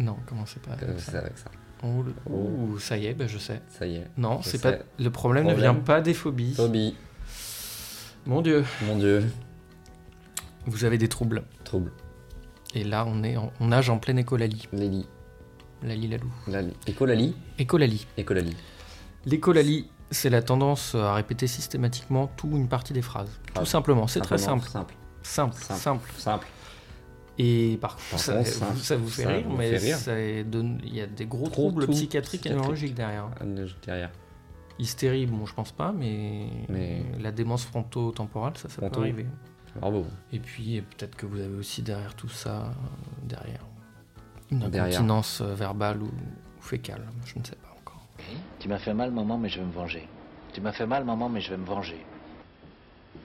Speaker 2: Non, commencez pas.
Speaker 1: Euh,
Speaker 2: Comme
Speaker 1: C'est
Speaker 2: ça.
Speaker 1: avec ça.
Speaker 2: Oh, le- ouh, ça y est, ben, je sais.
Speaker 1: Ça y est.
Speaker 2: Non,
Speaker 1: Je
Speaker 2: c'est pas.
Speaker 1: sais.
Speaker 2: Le problème, ne
Speaker 1: Problème.
Speaker 2: vient pas des phobies.
Speaker 1: Phobie.
Speaker 2: Mon Dieu.
Speaker 1: Mon dieu.
Speaker 2: Vous avez des troubles.
Speaker 1: Trouble.
Speaker 2: Et là, on est, en- on nage en pleine écolalie.
Speaker 1: Lali.
Speaker 2: Lali lalou.
Speaker 1: Lali. Écolalie.
Speaker 2: Écolalie.
Speaker 1: Écolalie.
Speaker 2: L'écolalie, c'est la tendance à répéter systématiquement tout ou une partie des phrases. Tout
Speaker 1: Phrase.
Speaker 2: simplement, c'est très
Speaker 1: Ah. Simplement,
Speaker 2: simple.
Speaker 1: Simple. Simple.
Speaker 2: Simple, simple.
Speaker 1: Simple.
Speaker 2: Et par contre,
Speaker 1: Par
Speaker 2: ça,
Speaker 1: contre,
Speaker 2: vous-
Speaker 1: ça-
Speaker 2: ça vous fait
Speaker 1: hein. ça
Speaker 2: rire,
Speaker 1: vous
Speaker 2: mais
Speaker 1: fait rire.
Speaker 2: ça donne- il y a des gros
Speaker 1: Gros
Speaker 2: troubles
Speaker 1: tout
Speaker 2: psychiatriques et
Speaker 1: psychiatrique.
Speaker 2: neurologiques derrière.
Speaker 1: Euh, Derrière.
Speaker 2: Hystérie, bon, je pense pas, mais,
Speaker 1: Mais-
Speaker 2: la démence frontotemporale, ça, ça
Speaker 1: Fronto.
Speaker 2: peut arriver.
Speaker 1: Bravo.
Speaker 2: Et puis, euh, peut-être que vous avez aussi derrière tout ça, euh, derrière, une
Speaker 1: Derrière.
Speaker 2: incontinence euh, verbale ou, ou fécale, je ne sais pas encore.
Speaker 11: Tu m'as fait mal, maman, mais je vais me venger. Tu m'as fait mal, maman, mais je vais me venger.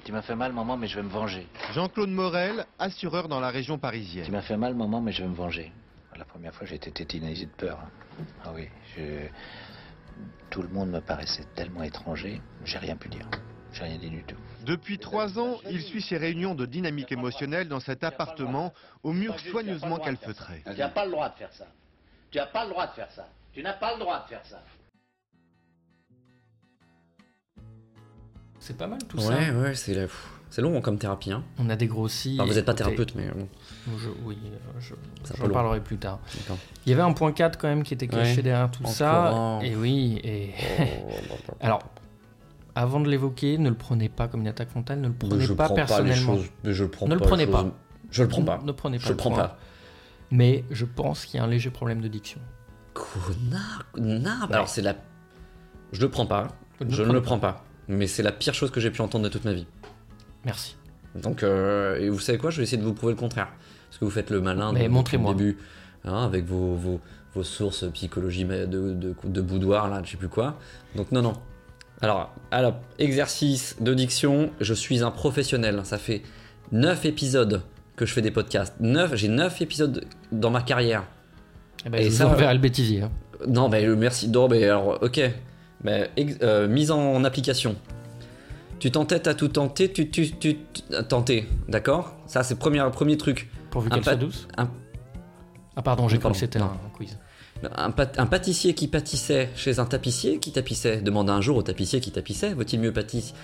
Speaker 11: Tu m'as fait mal, maman, mais je vais me venger.
Speaker 6: Jean-Claude Morel, assureur dans la région parisienne.
Speaker 11: Tu m'as fait mal, maman, mais je vais me venger. La première fois, j'étais tétanisé de peur. hein. Ah oui, je- tout le monde me paraissait tellement étranger, j'ai rien pu dire. J'ai rien dit du tout.
Speaker 6: Depuis trois ans, il suit ses réunions de dynamique émotionnelle dans cet appartement, au mur soigneusement calfeutré.
Speaker 12: Tu n'as pas le droit de faire ça. Tu n'as pas le droit de faire ça. Tu n'as pas le droit de faire ça.
Speaker 2: C'est pas mal tout ça.
Speaker 1: Ouais, ouais, c'est la- pff, c'est long comme thérapie. Hein.
Speaker 2: On a dégrossi.
Speaker 1: Alors, vous n'êtes pas
Speaker 2: écoutez.
Speaker 1: thérapeute, mais bon.
Speaker 2: Je- oui, euh, je-
Speaker 1: C'est un peu
Speaker 2: j'en
Speaker 1: long.
Speaker 2: parlerai plus tard.
Speaker 1: D'accord.
Speaker 2: Il y avait un point 4 quand même qui était caché
Speaker 1: Ouais.
Speaker 2: derrière tout
Speaker 1: En
Speaker 2: ça.
Speaker 1: courant.
Speaker 2: Et oui, et.
Speaker 1: Oh,
Speaker 2: Alors, avant de l'évoquer, ne le prenez pas comme une attaque frontale, ne le prenez
Speaker 1: je
Speaker 2: pas
Speaker 1: prends pas les
Speaker 2: personnellement.
Speaker 1: choses- mais je prends
Speaker 2: ne le
Speaker 1: pas les
Speaker 2: prenez pas.
Speaker 1: choses- je le prends pas.
Speaker 2: Ne prenez pas.
Speaker 1: Je le prends
Speaker 2: point.
Speaker 1: pas.
Speaker 2: Mais je pense qu'il y a un léger problème de diction.
Speaker 1: Connard, connard. Alors, c'est la. Je le prends pas.
Speaker 2: Ne
Speaker 1: je
Speaker 2: le
Speaker 1: ne le prends
Speaker 2: prenez
Speaker 1: pas. Mais c'est la pire chose que j'ai pu entendre de toute ma vie.
Speaker 2: Merci.
Speaker 1: Donc, euh, et vous savez quoi Je vais essayer de vous prouver le contraire. Parce que vous faites le malin
Speaker 2: Mais
Speaker 1: depuis
Speaker 2: montrez-moi.
Speaker 1: le début, hein, avec vos, vos, vos sources psychologie mais de, de, de boudoir, là, je sais plus quoi. Donc, non, non. Alors, alors, exercice de diction, je suis un professionnel. Ça fait 9 épisodes que je fais des podcasts. 9, j'ai 9 épisodes dans ma carrière.
Speaker 2: Eh ben, je vous enverrai le bêtisier. hein.
Speaker 1: Non, mais euh, merci. Non, mais alors, ok. Mais ex- euh, mise en application. Tu t'entêtes à tout tenter, tu, tu, tu, tu- à tenter, d'accord Ça, c'est premier, premier truc.
Speaker 2: Pourvu
Speaker 1: Un
Speaker 2: qu'elle soit
Speaker 1: pat-
Speaker 2: douce.
Speaker 1: un-
Speaker 2: Ah, pardon, j'ai cru
Speaker 1: Pardon,
Speaker 2: que c'était
Speaker 1: non.
Speaker 2: un quiz.
Speaker 1: un, pat- un pâtissier qui pâtissait chez un tapissier qui tapissait demanda un jour au tapissier qui tapissait vaut-il mieux pâtisser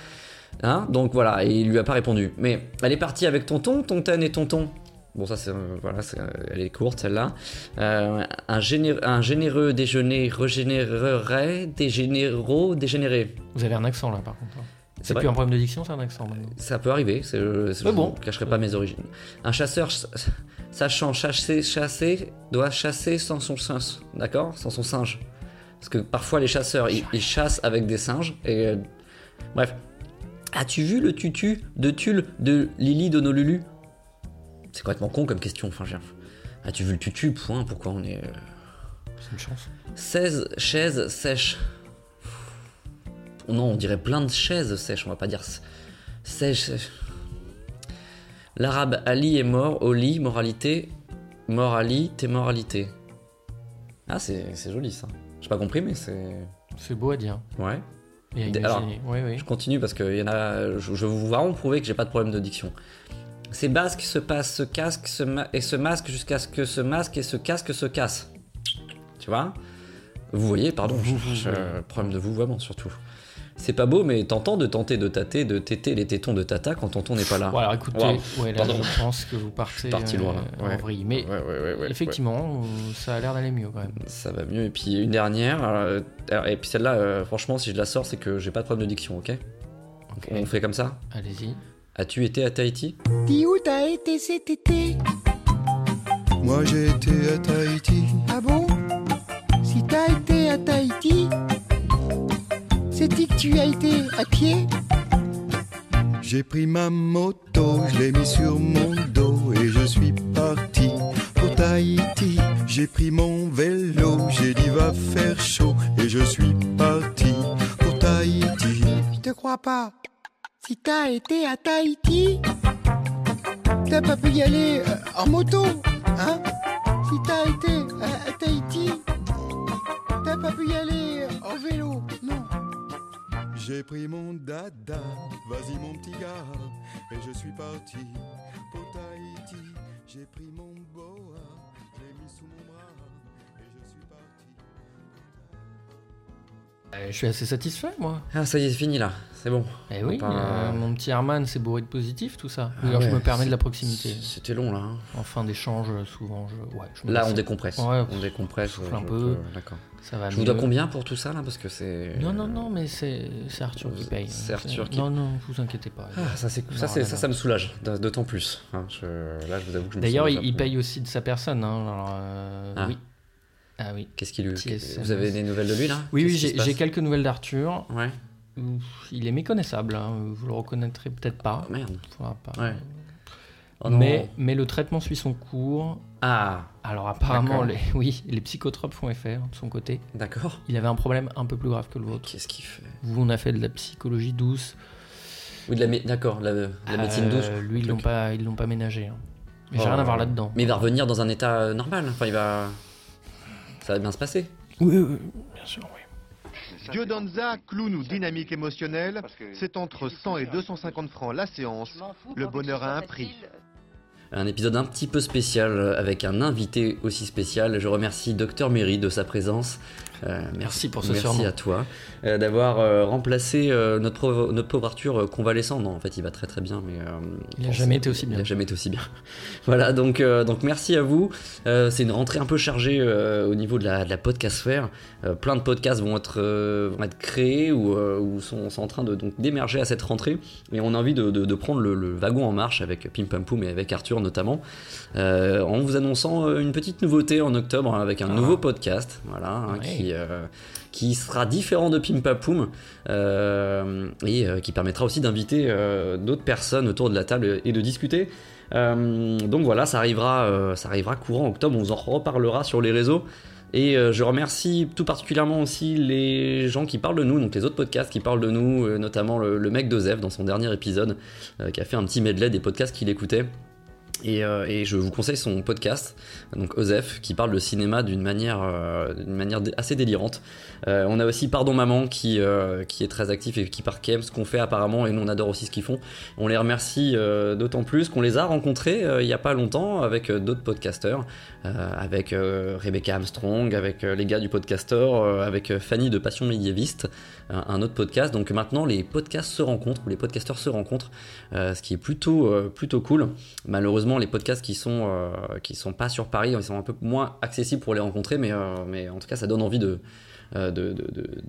Speaker 1: Hein Donc voilà, et il lui a pas répondu. Mais elle est partie avec tonton, tontaine et tonton. Bon, ça, c'est. euh, voilà, c'est, euh, elle est courte celle-là. Euh, un, géné- un généreux déjeuner régénérerait des généraux dégénérés.
Speaker 2: Vous avez un accent là par contre. hein.
Speaker 1: C'est
Speaker 2: C'est
Speaker 1: vrai.
Speaker 2: plus un problème de diction, c'est un accent. maintenant.
Speaker 1: Ça peut arriver, c'est- je
Speaker 2: Mais
Speaker 1: ne
Speaker 2: bon.
Speaker 1: cacherai pas mes origines. Un chasseur ch- sachant chasser, chasser doit chasser sans son singe, d'accord Sans son singe. Parce que parfois les chasseurs, ils, ils chassent avec des singes. Et euh, Bref. As-tu vu le tutu de Tulle de Lily Donolulu C'est complètement con comme question, enfin j'ai... As-tu vu le tutu Point, pourquoi on est... euh,
Speaker 2: C'est une chance.
Speaker 1: 16 chaises sèches. Pff, Non, on dirait plein de chaises sèches, on va pas dire s- sèches. sèches. L'arabe Ali est mort, Oli, moralité, mort Ali, t'es moralité. Ah, c'est c'est joli ça. J'ai pas compris, mais c'est.
Speaker 2: C'est beau à dire.
Speaker 1: Ouais.
Speaker 2: Et à
Speaker 1: D-
Speaker 2: imaginer.
Speaker 1: alors,
Speaker 2: oui, oui.
Speaker 1: Je continue parce que y en a, je, je vais vous vraiment prouver que j'ai pas de problème de diction. Ces basques se passent, ce casque se ma- et ce masque jusqu'à ce que ce masque et ce casque se cassent. Tu vois Vous voyez, pardon, je- je-
Speaker 2: euh,
Speaker 1: problème de vouvoiement surtout. C'est pas beau, mais tentant de tenter de tâter, de téter les tétons de tata quand tonton n'est pas là.
Speaker 2: Bon, alors écoutez,
Speaker 1: Waouh,
Speaker 2: ouais, là,
Speaker 1: pardon.
Speaker 2: je pense que vous partez
Speaker 1: Parti
Speaker 2: euh,
Speaker 1: loin, ouais.
Speaker 2: en vrille. Mais
Speaker 1: Ouais, ouais, ouais, ouais,
Speaker 2: effectivement, euh, ça a l'air d'aller mieux quand même.
Speaker 1: Ça va mieux. Et puis une dernière. euh, alors, et puis celle-là, euh, franchement, si je la sors, c'est que j'ai pas de problème de diction, ok
Speaker 2: Ok.
Speaker 1: On fait comme ça
Speaker 2: Allez-y.
Speaker 1: As-tu été à Tahiti
Speaker 10: Dis où t'as été cet été
Speaker 6: Moi j'ai été à Tahiti.
Speaker 10: Ah bon Si t'as été à Tahiti, c'est-tu que tu as été à pied
Speaker 6: J'ai pris ma moto, je l'ai mis sur mon dos et je suis parti pour Tahiti. J'ai pris mon vélo, j'ai dit va faire chaud et je suis parti pour Tahiti.
Speaker 10: Je te crois pas. Si t'as été à Tahiti, t'as pas pu y aller euh, en moto, hein Si t'as été euh, à, à Tahiti, t'as pas pu y aller euh, en vélo, non.
Speaker 6: J'ai pris mon dada, vas-y mon petit gars, et je suis parti pour Tahiti. J'ai pris mon boa, je l'ai mis sous mon bras et je suis parti.
Speaker 2: Euh, Je suis assez satisfait, moi.
Speaker 1: Ah, ça y est, c'est fini là. C'est bon.
Speaker 2: Eh oui,
Speaker 1: Enfin,
Speaker 2: euh, mon petit Herman, c'est bourré de positif, tout ça.
Speaker 1: Ah
Speaker 2: Alors, je
Speaker 1: ouais,
Speaker 2: me permets de la
Speaker 1: c'est-
Speaker 2: proximité.
Speaker 1: C'était long là. hein.
Speaker 2: En fin d'échange, euh, souvent, je... Ouais, je me
Speaker 1: Là,
Speaker 2: laisse-
Speaker 1: on décompresse.
Speaker 2: Ouais,
Speaker 1: on décompresse.
Speaker 2: souffle
Speaker 1: je-
Speaker 2: un
Speaker 1: je
Speaker 2: peu.
Speaker 1: peux- D'accord.
Speaker 2: ça va
Speaker 1: Je vous dois
Speaker 2: mieux.
Speaker 1: combien pour tout ça là Parce que c'est.
Speaker 2: Non, non, non, mais c'est c'est Arthur qui
Speaker 1: euh, C'est
Speaker 2: paye. Euh,
Speaker 1: Arthur qui-
Speaker 2: Non, non, vous inquiétez pas.
Speaker 1: Ah, ça, c'est-
Speaker 2: Non,
Speaker 1: ça, c'est-
Speaker 2: non,
Speaker 1: ça,
Speaker 2: non.
Speaker 1: ça me soulage, d- d'autant plus. hein. Je- Là, je vous avoue que je me
Speaker 2: D'ailleurs,
Speaker 1: sens
Speaker 2: il,
Speaker 1: déjà
Speaker 2: il
Speaker 1: plus-
Speaker 2: paye aussi de sa personne. hein, alors, euh,
Speaker 1: Ah.
Speaker 2: Oui. Ah oui.
Speaker 1: Qu'est-ce qu'il lui.
Speaker 2: Petit
Speaker 1: qu'est-
Speaker 2: SMS.
Speaker 1: Vous avez des nouvelles de lui là
Speaker 2: Oui, oui,
Speaker 1: Qu'est-ce qui
Speaker 2: j'ai
Speaker 1: se
Speaker 2: j'ai
Speaker 1: passe
Speaker 2: quelques nouvelles d'Arthur.
Speaker 1: Ouais.
Speaker 2: Ouf, Il est méconnaissable, hein, vous le reconnaîtrez peut-être pas.
Speaker 1: Oh, merde.
Speaker 2: Faudra pas.
Speaker 1: Ouais. Oh, non.
Speaker 2: mais, mais le traitement suit son cours.
Speaker 1: Ah,
Speaker 2: Alors
Speaker 1: D'accord.
Speaker 2: apparemment, les, oui, les psychotropes font effet hein, de son côté.
Speaker 1: d'accord.
Speaker 2: Il avait un problème un peu plus grave que le vôtre.
Speaker 1: Qu'est-ce qu'il fait
Speaker 2: Vous, on a fait de la psychologie douce.
Speaker 1: Oui, de la mé- d'accord, la, de la médecine
Speaker 2: Euh,
Speaker 1: douce.
Speaker 2: Lui, ils
Speaker 1: le
Speaker 2: l'ont
Speaker 1: truc.
Speaker 2: pas, ils l'ont pas ménagé. hein. Mais
Speaker 1: Oh.
Speaker 2: j'ai rien à voir là-dedans.
Speaker 1: Mais il va revenir dans un état euh, normal. Enfin, il va. Ça va bien se passer.
Speaker 2: Oui, oui, bien sûr, oui.
Speaker 12: Giodanza, clown ou dynamique émotionnelle, c'est entre 100 et 250 francs la séance. Le bonheur a un prix.
Speaker 1: Un épisode un petit peu spécial euh, avec un invité aussi spécial. Je remercie Docteur Méry de sa présence. Euh,
Speaker 2: Merci pour ce
Speaker 1: Merci
Speaker 2: surnom.
Speaker 1: à toi euh, d'avoir euh, remplacé euh, notre, pauvre- notre pauvre Arthur euh, convalescent. Non, en fait, il va très très bien, mais euh,
Speaker 2: Il a
Speaker 1: pense-
Speaker 2: jamais été aussi bien.
Speaker 1: Il a jamais été aussi bien. voilà, donc, euh, donc merci à vous. Euh, c'est une rentrée un peu chargée euh, au niveau de la, de la podcastphère. Euh, plein de podcasts vont être, euh, vont être créés ou, euh, ou sont, sont en train de donc d'émerger à cette rentrée. Et on a envie de, de- de prendre le, le wagon en marche avec Pim Pam Poum et avec Arthur notamment, euh, en vous annonçant euh, une petite nouveauté en octobre hein, avec un
Speaker 2: Ah.
Speaker 1: nouveau podcast, voilà, hein,
Speaker 2: Ouais.
Speaker 1: qui, euh, qui sera différent de Pim Pam Poum euh, et euh, qui permettra aussi d'inviter euh, d'autres personnes autour de la table et de discuter. Euh, donc voilà, ça arrivera, euh, ça arrivera courant octobre. On vous en reparlera sur les réseaux. Et euh, je remercie tout particulièrement aussi les gens qui parlent de nous, donc les autres podcasts qui parlent de nous, euh, notamment le, le mec d'Ozef dans son dernier épisode, euh, qui a fait un petit medley des podcasts qu'il écoutait. Et, euh, et je vous conseille son podcast, donc Osef, qui parle de cinéma d'une manière, euh, d'une manière dé- assez délirante. Euh, on a aussi Pardon Maman, qui, euh, qui est très actif et qui parquait ce qu'on fait apparemment, et nous on adore aussi ce qu'ils font. On les remercie euh, d'autant plus qu'on les a rencontrés euh, il n'y a pas longtemps avec euh, d'autres podcasteurs, euh, avec euh, Rebecca Armstrong, avec euh, les gars du podcaster, euh, avec euh, Fanny de Passion Médiéviste, un- un autre podcast. Donc maintenant les podcasts se rencontrent, ou les podcasteurs se rencontrent, euh, ce qui est plutôt, euh, plutôt cool. Malheureusement, les podcasts qui sont, euh, qui sont pas sur Paris, ils sont un peu moins accessibles pour les rencontrer, mais, euh, mais en tout cas, ça donne envie de, euh, de, de- de-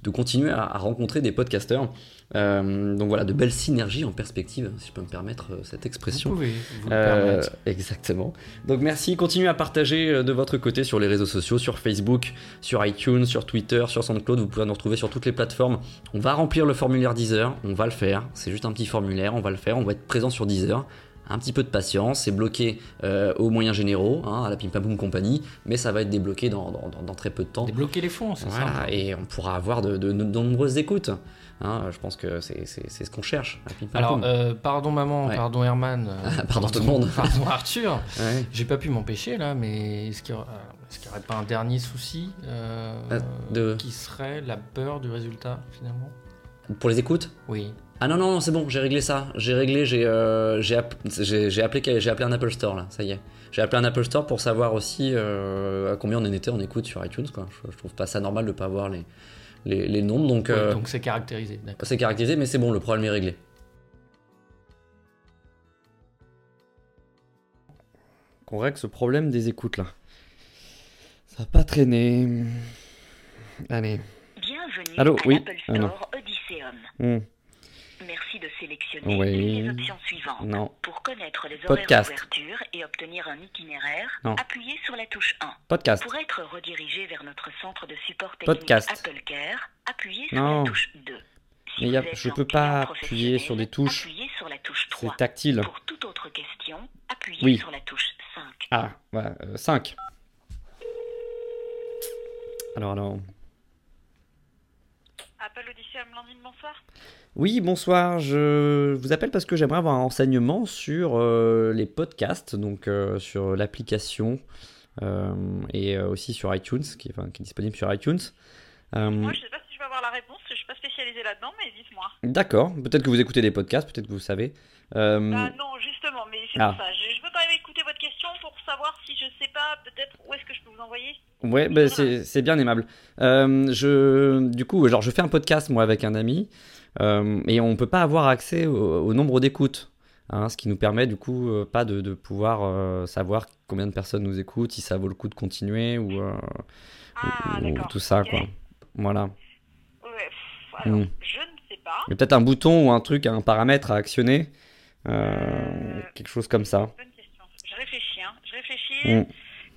Speaker 1: de continuer à, à rencontrer des podcasteurs. Euh, donc voilà, de belles synergies en perspective, si je peux me permettre euh, cette expression.
Speaker 2: pouvez vous
Speaker 1: Euh,
Speaker 2: le permettre.
Speaker 1: Exactement. Donc merci, continuez à partager euh, de votre côté sur les réseaux sociaux, sur Facebook, sur iTunes, sur Twitter, sur SoundCloud, vous pouvez nous retrouver sur toutes les plateformes. On va remplir le formulaire Deezer, on va le faire, c'est juste un petit formulaire, on va le faire, on va être présent sur Deezer. Un petit peu de patience, c'est bloqué euh, aux moyens généraux, hein, à la Pim Pam Poum Company, mais ça va être débloqué dans, dans- dans- dans très peu de temps.
Speaker 2: Débloquer les fonds, c'est
Speaker 1: Voilà,
Speaker 2: ça.
Speaker 1: et on pourra avoir de, de- de nombreuses écoutes. hein, je pense que c'est c'est- c'est ce qu'on cherche. à Pim Pam
Speaker 2: Alors,
Speaker 1: Poum.
Speaker 2: euh, pardon maman,
Speaker 1: Ouais.
Speaker 2: pardon Herman. euh,
Speaker 1: Ah, pardon tout le monde.
Speaker 2: Pardon Arthur.
Speaker 1: Ouais.
Speaker 2: J'ai pas pu m'empêcher là, mais est-ce qu'il n'y aurait pas un dernier souci euh,
Speaker 1: Ah, de-
Speaker 2: qui serait la peur du résultat finalement
Speaker 1: Pour les écoutes
Speaker 2: Oui.
Speaker 1: Ah non, non, non, c'est bon, j'ai réglé ça. J'ai réglé, j'ai euh, j'ai app- j'ai- j'ai appelé, j'ai appelé un Apple Store là, ça y est. J'ai appelé un Apple Store pour savoir aussi euh, à combien on en était en écoute sur iTunes. Quoi. Je, je trouve pas ça normal de pas avoir les, les, les nombres. Donc,
Speaker 2: Oui,
Speaker 1: euh,
Speaker 2: donc c'est caractérisé. d'accord.
Speaker 1: c'est caractérisé, mais c'est bon, le problème est réglé. Qu'on règle ce problème des écoutes là. Ça va pas traîner. Allez.
Speaker 13: Bienvenue
Speaker 1: Allô,
Speaker 13: à
Speaker 1: oui.
Speaker 13: l'Apple
Speaker 1: Ah non.
Speaker 13: Store Odysseum.
Speaker 1: Hmm.
Speaker 13: Merci de sélectionner
Speaker 1: Oui.
Speaker 13: les options suivantes.
Speaker 1: Non.
Speaker 13: Pour connaître les
Speaker 1: Podcast.
Speaker 13: horaires d'ouverture et obtenir un itinéraire,
Speaker 1: Non.
Speaker 13: appuyez sur la touche 1.
Speaker 1: Podcast.
Speaker 13: Pour être redirigé vers notre centre de support technique
Speaker 1: Podcast.
Speaker 13: Apple Care, appuyez sur
Speaker 1: Non.
Speaker 13: la touche 2. Si
Speaker 1: Mais y a-
Speaker 13: vous êtes
Speaker 1: je
Speaker 13: un
Speaker 1: peux
Speaker 13: client
Speaker 1: pas
Speaker 13: professionnel,
Speaker 1: appuyer sur des touches.
Speaker 13: Appuyez sur la touche 3.
Speaker 1: C'est tactile.
Speaker 13: Pour toute autre question, appuyez
Speaker 1: Oui.
Speaker 13: sur la touche 5.
Speaker 1: Ah, ouais, 5. Alors, alors.
Speaker 14: Appel Odysseum, Landine, bonsoir.
Speaker 1: Oui, bonsoir. Je vous appelle parce que j'aimerais avoir un renseignement sur euh, les podcasts, donc euh, sur l'application euh, et euh, aussi sur iTunes, qui est, enfin, qui est disponible sur iTunes. Euh,
Speaker 14: Moi, je sais pas si je vais avoir la réponse, je suis pas spécialisée là-dedans, mais dites-moi.
Speaker 1: D'accord. Peut-être que vous écoutez des podcasts, peut-être que vous savez. Euh,
Speaker 14: Bah non, justement, mais c'est
Speaker 1: Ah.
Speaker 14: pour ça. Je, je veux quand même écouter votre question pour savoir si je sais pas, peut-être, où est-ce que je peux vous envoyer
Speaker 1: Ouais, bah, c'est c'est bien aimable. Euh, je, du coup, genre, je fais un podcast, moi, avec un ami, euh, et on peut pas avoir accès au, au nombre d'écoutes, hein, ce qui nous permet, du coup, euh, pas de, de pouvoir euh, savoir combien de personnes nous écoutent, si ça vaut le coup de continuer, ou, euh, ou- ou
Speaker 14: Ah, d'accord,
Speaker 1: tout ça,
Speaker 14: ok.
Speaker 1: quoi. Voilà.
Speaker 14: Ouais, pff, alors,
Speaker 1: Hmm.
Speaker 14: je ne sais pas.
Speaker 1: Il y a peut-être un bouton ou un truc, un paramètre à actionner, euh, quelque chose comme ça.
Speaker 14: Bonne question. Je réfléchis, hein. Je réfléchis.
Speaker 1: Mm.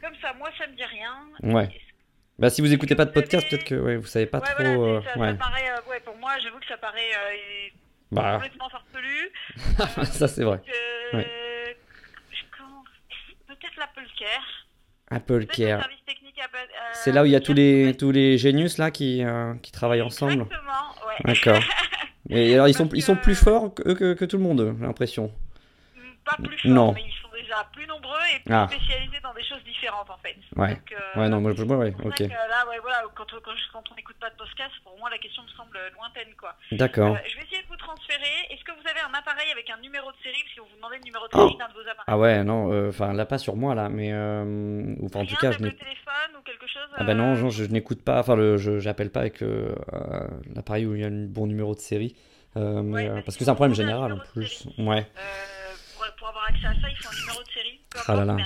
Speaker 14: Comme ça, moi, ça me dit rien.
Speaker 1: Ouais. Bah, si vous écoutez pas de podcast, peut-être que ouais, vous savez pas
Speaker 14: ouais,
Speaker 1: trop.
Speaker 14: voilà,
Speaker 1: euh,
Speaker 14: c'est ça, ça
Speaker 1: ouais.
Speaker 14: paraît, euh, ouais, pour moi, j'avoue que ça paraît euh,
Speaker 1: Bah.
Speaker 14: complètement farfelu.
Speaker 1: Ça, c'est vrai.
Speaker 14: Euh,
Speaker 1: Ouais.
Speaker 14: je commence- Peut-être l'Apple Care.
Speaker 1: Apple
Speaker 14: Peut-être
Speaker 1: Care.
Speaker 14: le service technique Apple, euh,
Speaker 1: C'est là où il y a tous les, tous les génius là qui, euh, qui travaillent ensemble.
Speaker 14: Exactement, ouais.
Speaker 1: D'accord. euh, Et alors ils sont, ils sont plus forts que, que, que tout le monde, j'ai l'impression.
Speaker 14: Pas plus
Speaker 1: non.
Speaker 14: mais ils sont déjà sera plus nombreux et plus
Speaker 1: Ah.
Speaker 14: spécialisés dans des choses différentes en fait.
Speaker 1: Ouais.
Speaker 14: Donc, euh,
Speaker 1: Ouais, non, moi, je- ouais, ouais,
Speaker 14: c'est vrai
Speaker 1: ok.
Speaker 14: que là, ouais, voilà, quand, euh, quand je- quand on n'écoute pas de podcast, pour moi la question me semble lointaine quoi.
Speaker 1: D'accord.
Speaker 14: Euh, je vais essayer de vous transférer. Est-ce que vous avez un appareil avec un numéro de série Parce que vous vous demandez le numéro de série d'un de vos appareils.
Speaker 1: Ah ouais, non, euh, enfin là pas sur moi là, mais euh, ou enfin, en tout cas je n'ai. Ah bah
Speaker 14: euh,
Speaker 1: non, non, je, je n'écoute pas, enfin le, je j'appelle pas avec euh, euh, l'appareil où il y a le bon numéro de série, euh, mais, euh, parce que c'est un problème général en plus. Ouais.
Speaker 14: euh,
Speaker 1: Ah là là.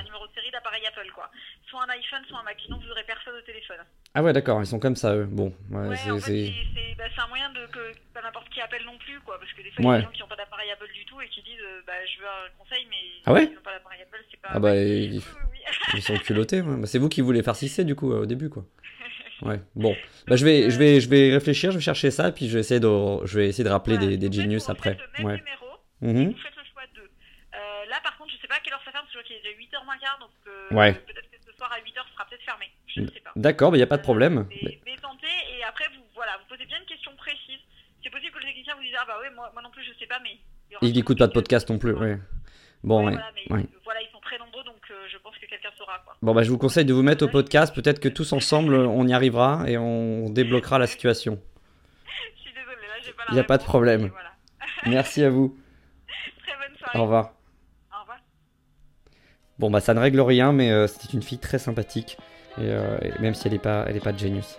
Speaker 14: Soit un iPhone, soit un Mac. Sinon, vous n'aurez personne au téléphone.
Speaker 1: Ah ouais, d'accord, ils sont comme ça eux. Bon, ouais,
Speaker 14: Ouais,
Speaker 1: c'est
Speaker 14: en fait,
Speaker 1: c'est-
Speaker 14: c'est- c'est bah, c'est un moyen de que pas n'importe qui appelle non plus, quoi. Parce que des fois, il y a
Speaker 1: Ouais.
Speaker 14: des gens qui n'ont pas d'appareil Apple du tout et qui disent euh, bah, Je veux un conseil, mais
Speaker 1: Ah ouais
Speaker 14: ils n'ont pas d'appareil Apple, c'est pas.
Speaker 1: Ah bah ils, ils sont culottés. ouais. Bah, c'est vous qui voulez faire cisser du coup euh, au début quoi. Ouais. Bon, bah je vais je vais je vais réfléchir, je vais chercher ça puis je vais essayer de je vais essayer de rappeler des, des genius après. Ouais. Mhm.
Speaker 14: Euh, là, par contre, je sais pas à quelle heure ça ferme, parce que je vois qu'il est déjà 8h moins quart, donc euh,
Speaker 1: Ouais.
Speaker 14: peut-être que ce soir à 8h sera peut-être fermé. Je ne sais pas.
Speaker 1: D'accord, il n'y a pas de problème.
Speaker 14: Mais, mais tentez, et après, vous, voilà, vous posez bien une question précise. C'est possible que le technicien vous dise Ah bah ouais, moi, moi non plus, je sais pas, mais. il y aura
Speaker 1: Bah, Ils n'écoutent pas de podcast non plus. Ouais. Bon, ouais. ouais.
Speaker 14: Voilà, ils sont très nombreux, donc euh, je pense que quelqu'un saura, quoi.
Speaker 1: Bon, bah, je vous conseille de vous mettre au podcast. Peut-être que tous ensemble, on y arrivera et on débloquera la situation. Il n'y a pas de problème. Merci à vous. Au revoir. Bon, bah, ça ne règle rien, mais euh, c'était une fille très sympathique. Et, euh, et même si elle n'est pas, elle est pas genius.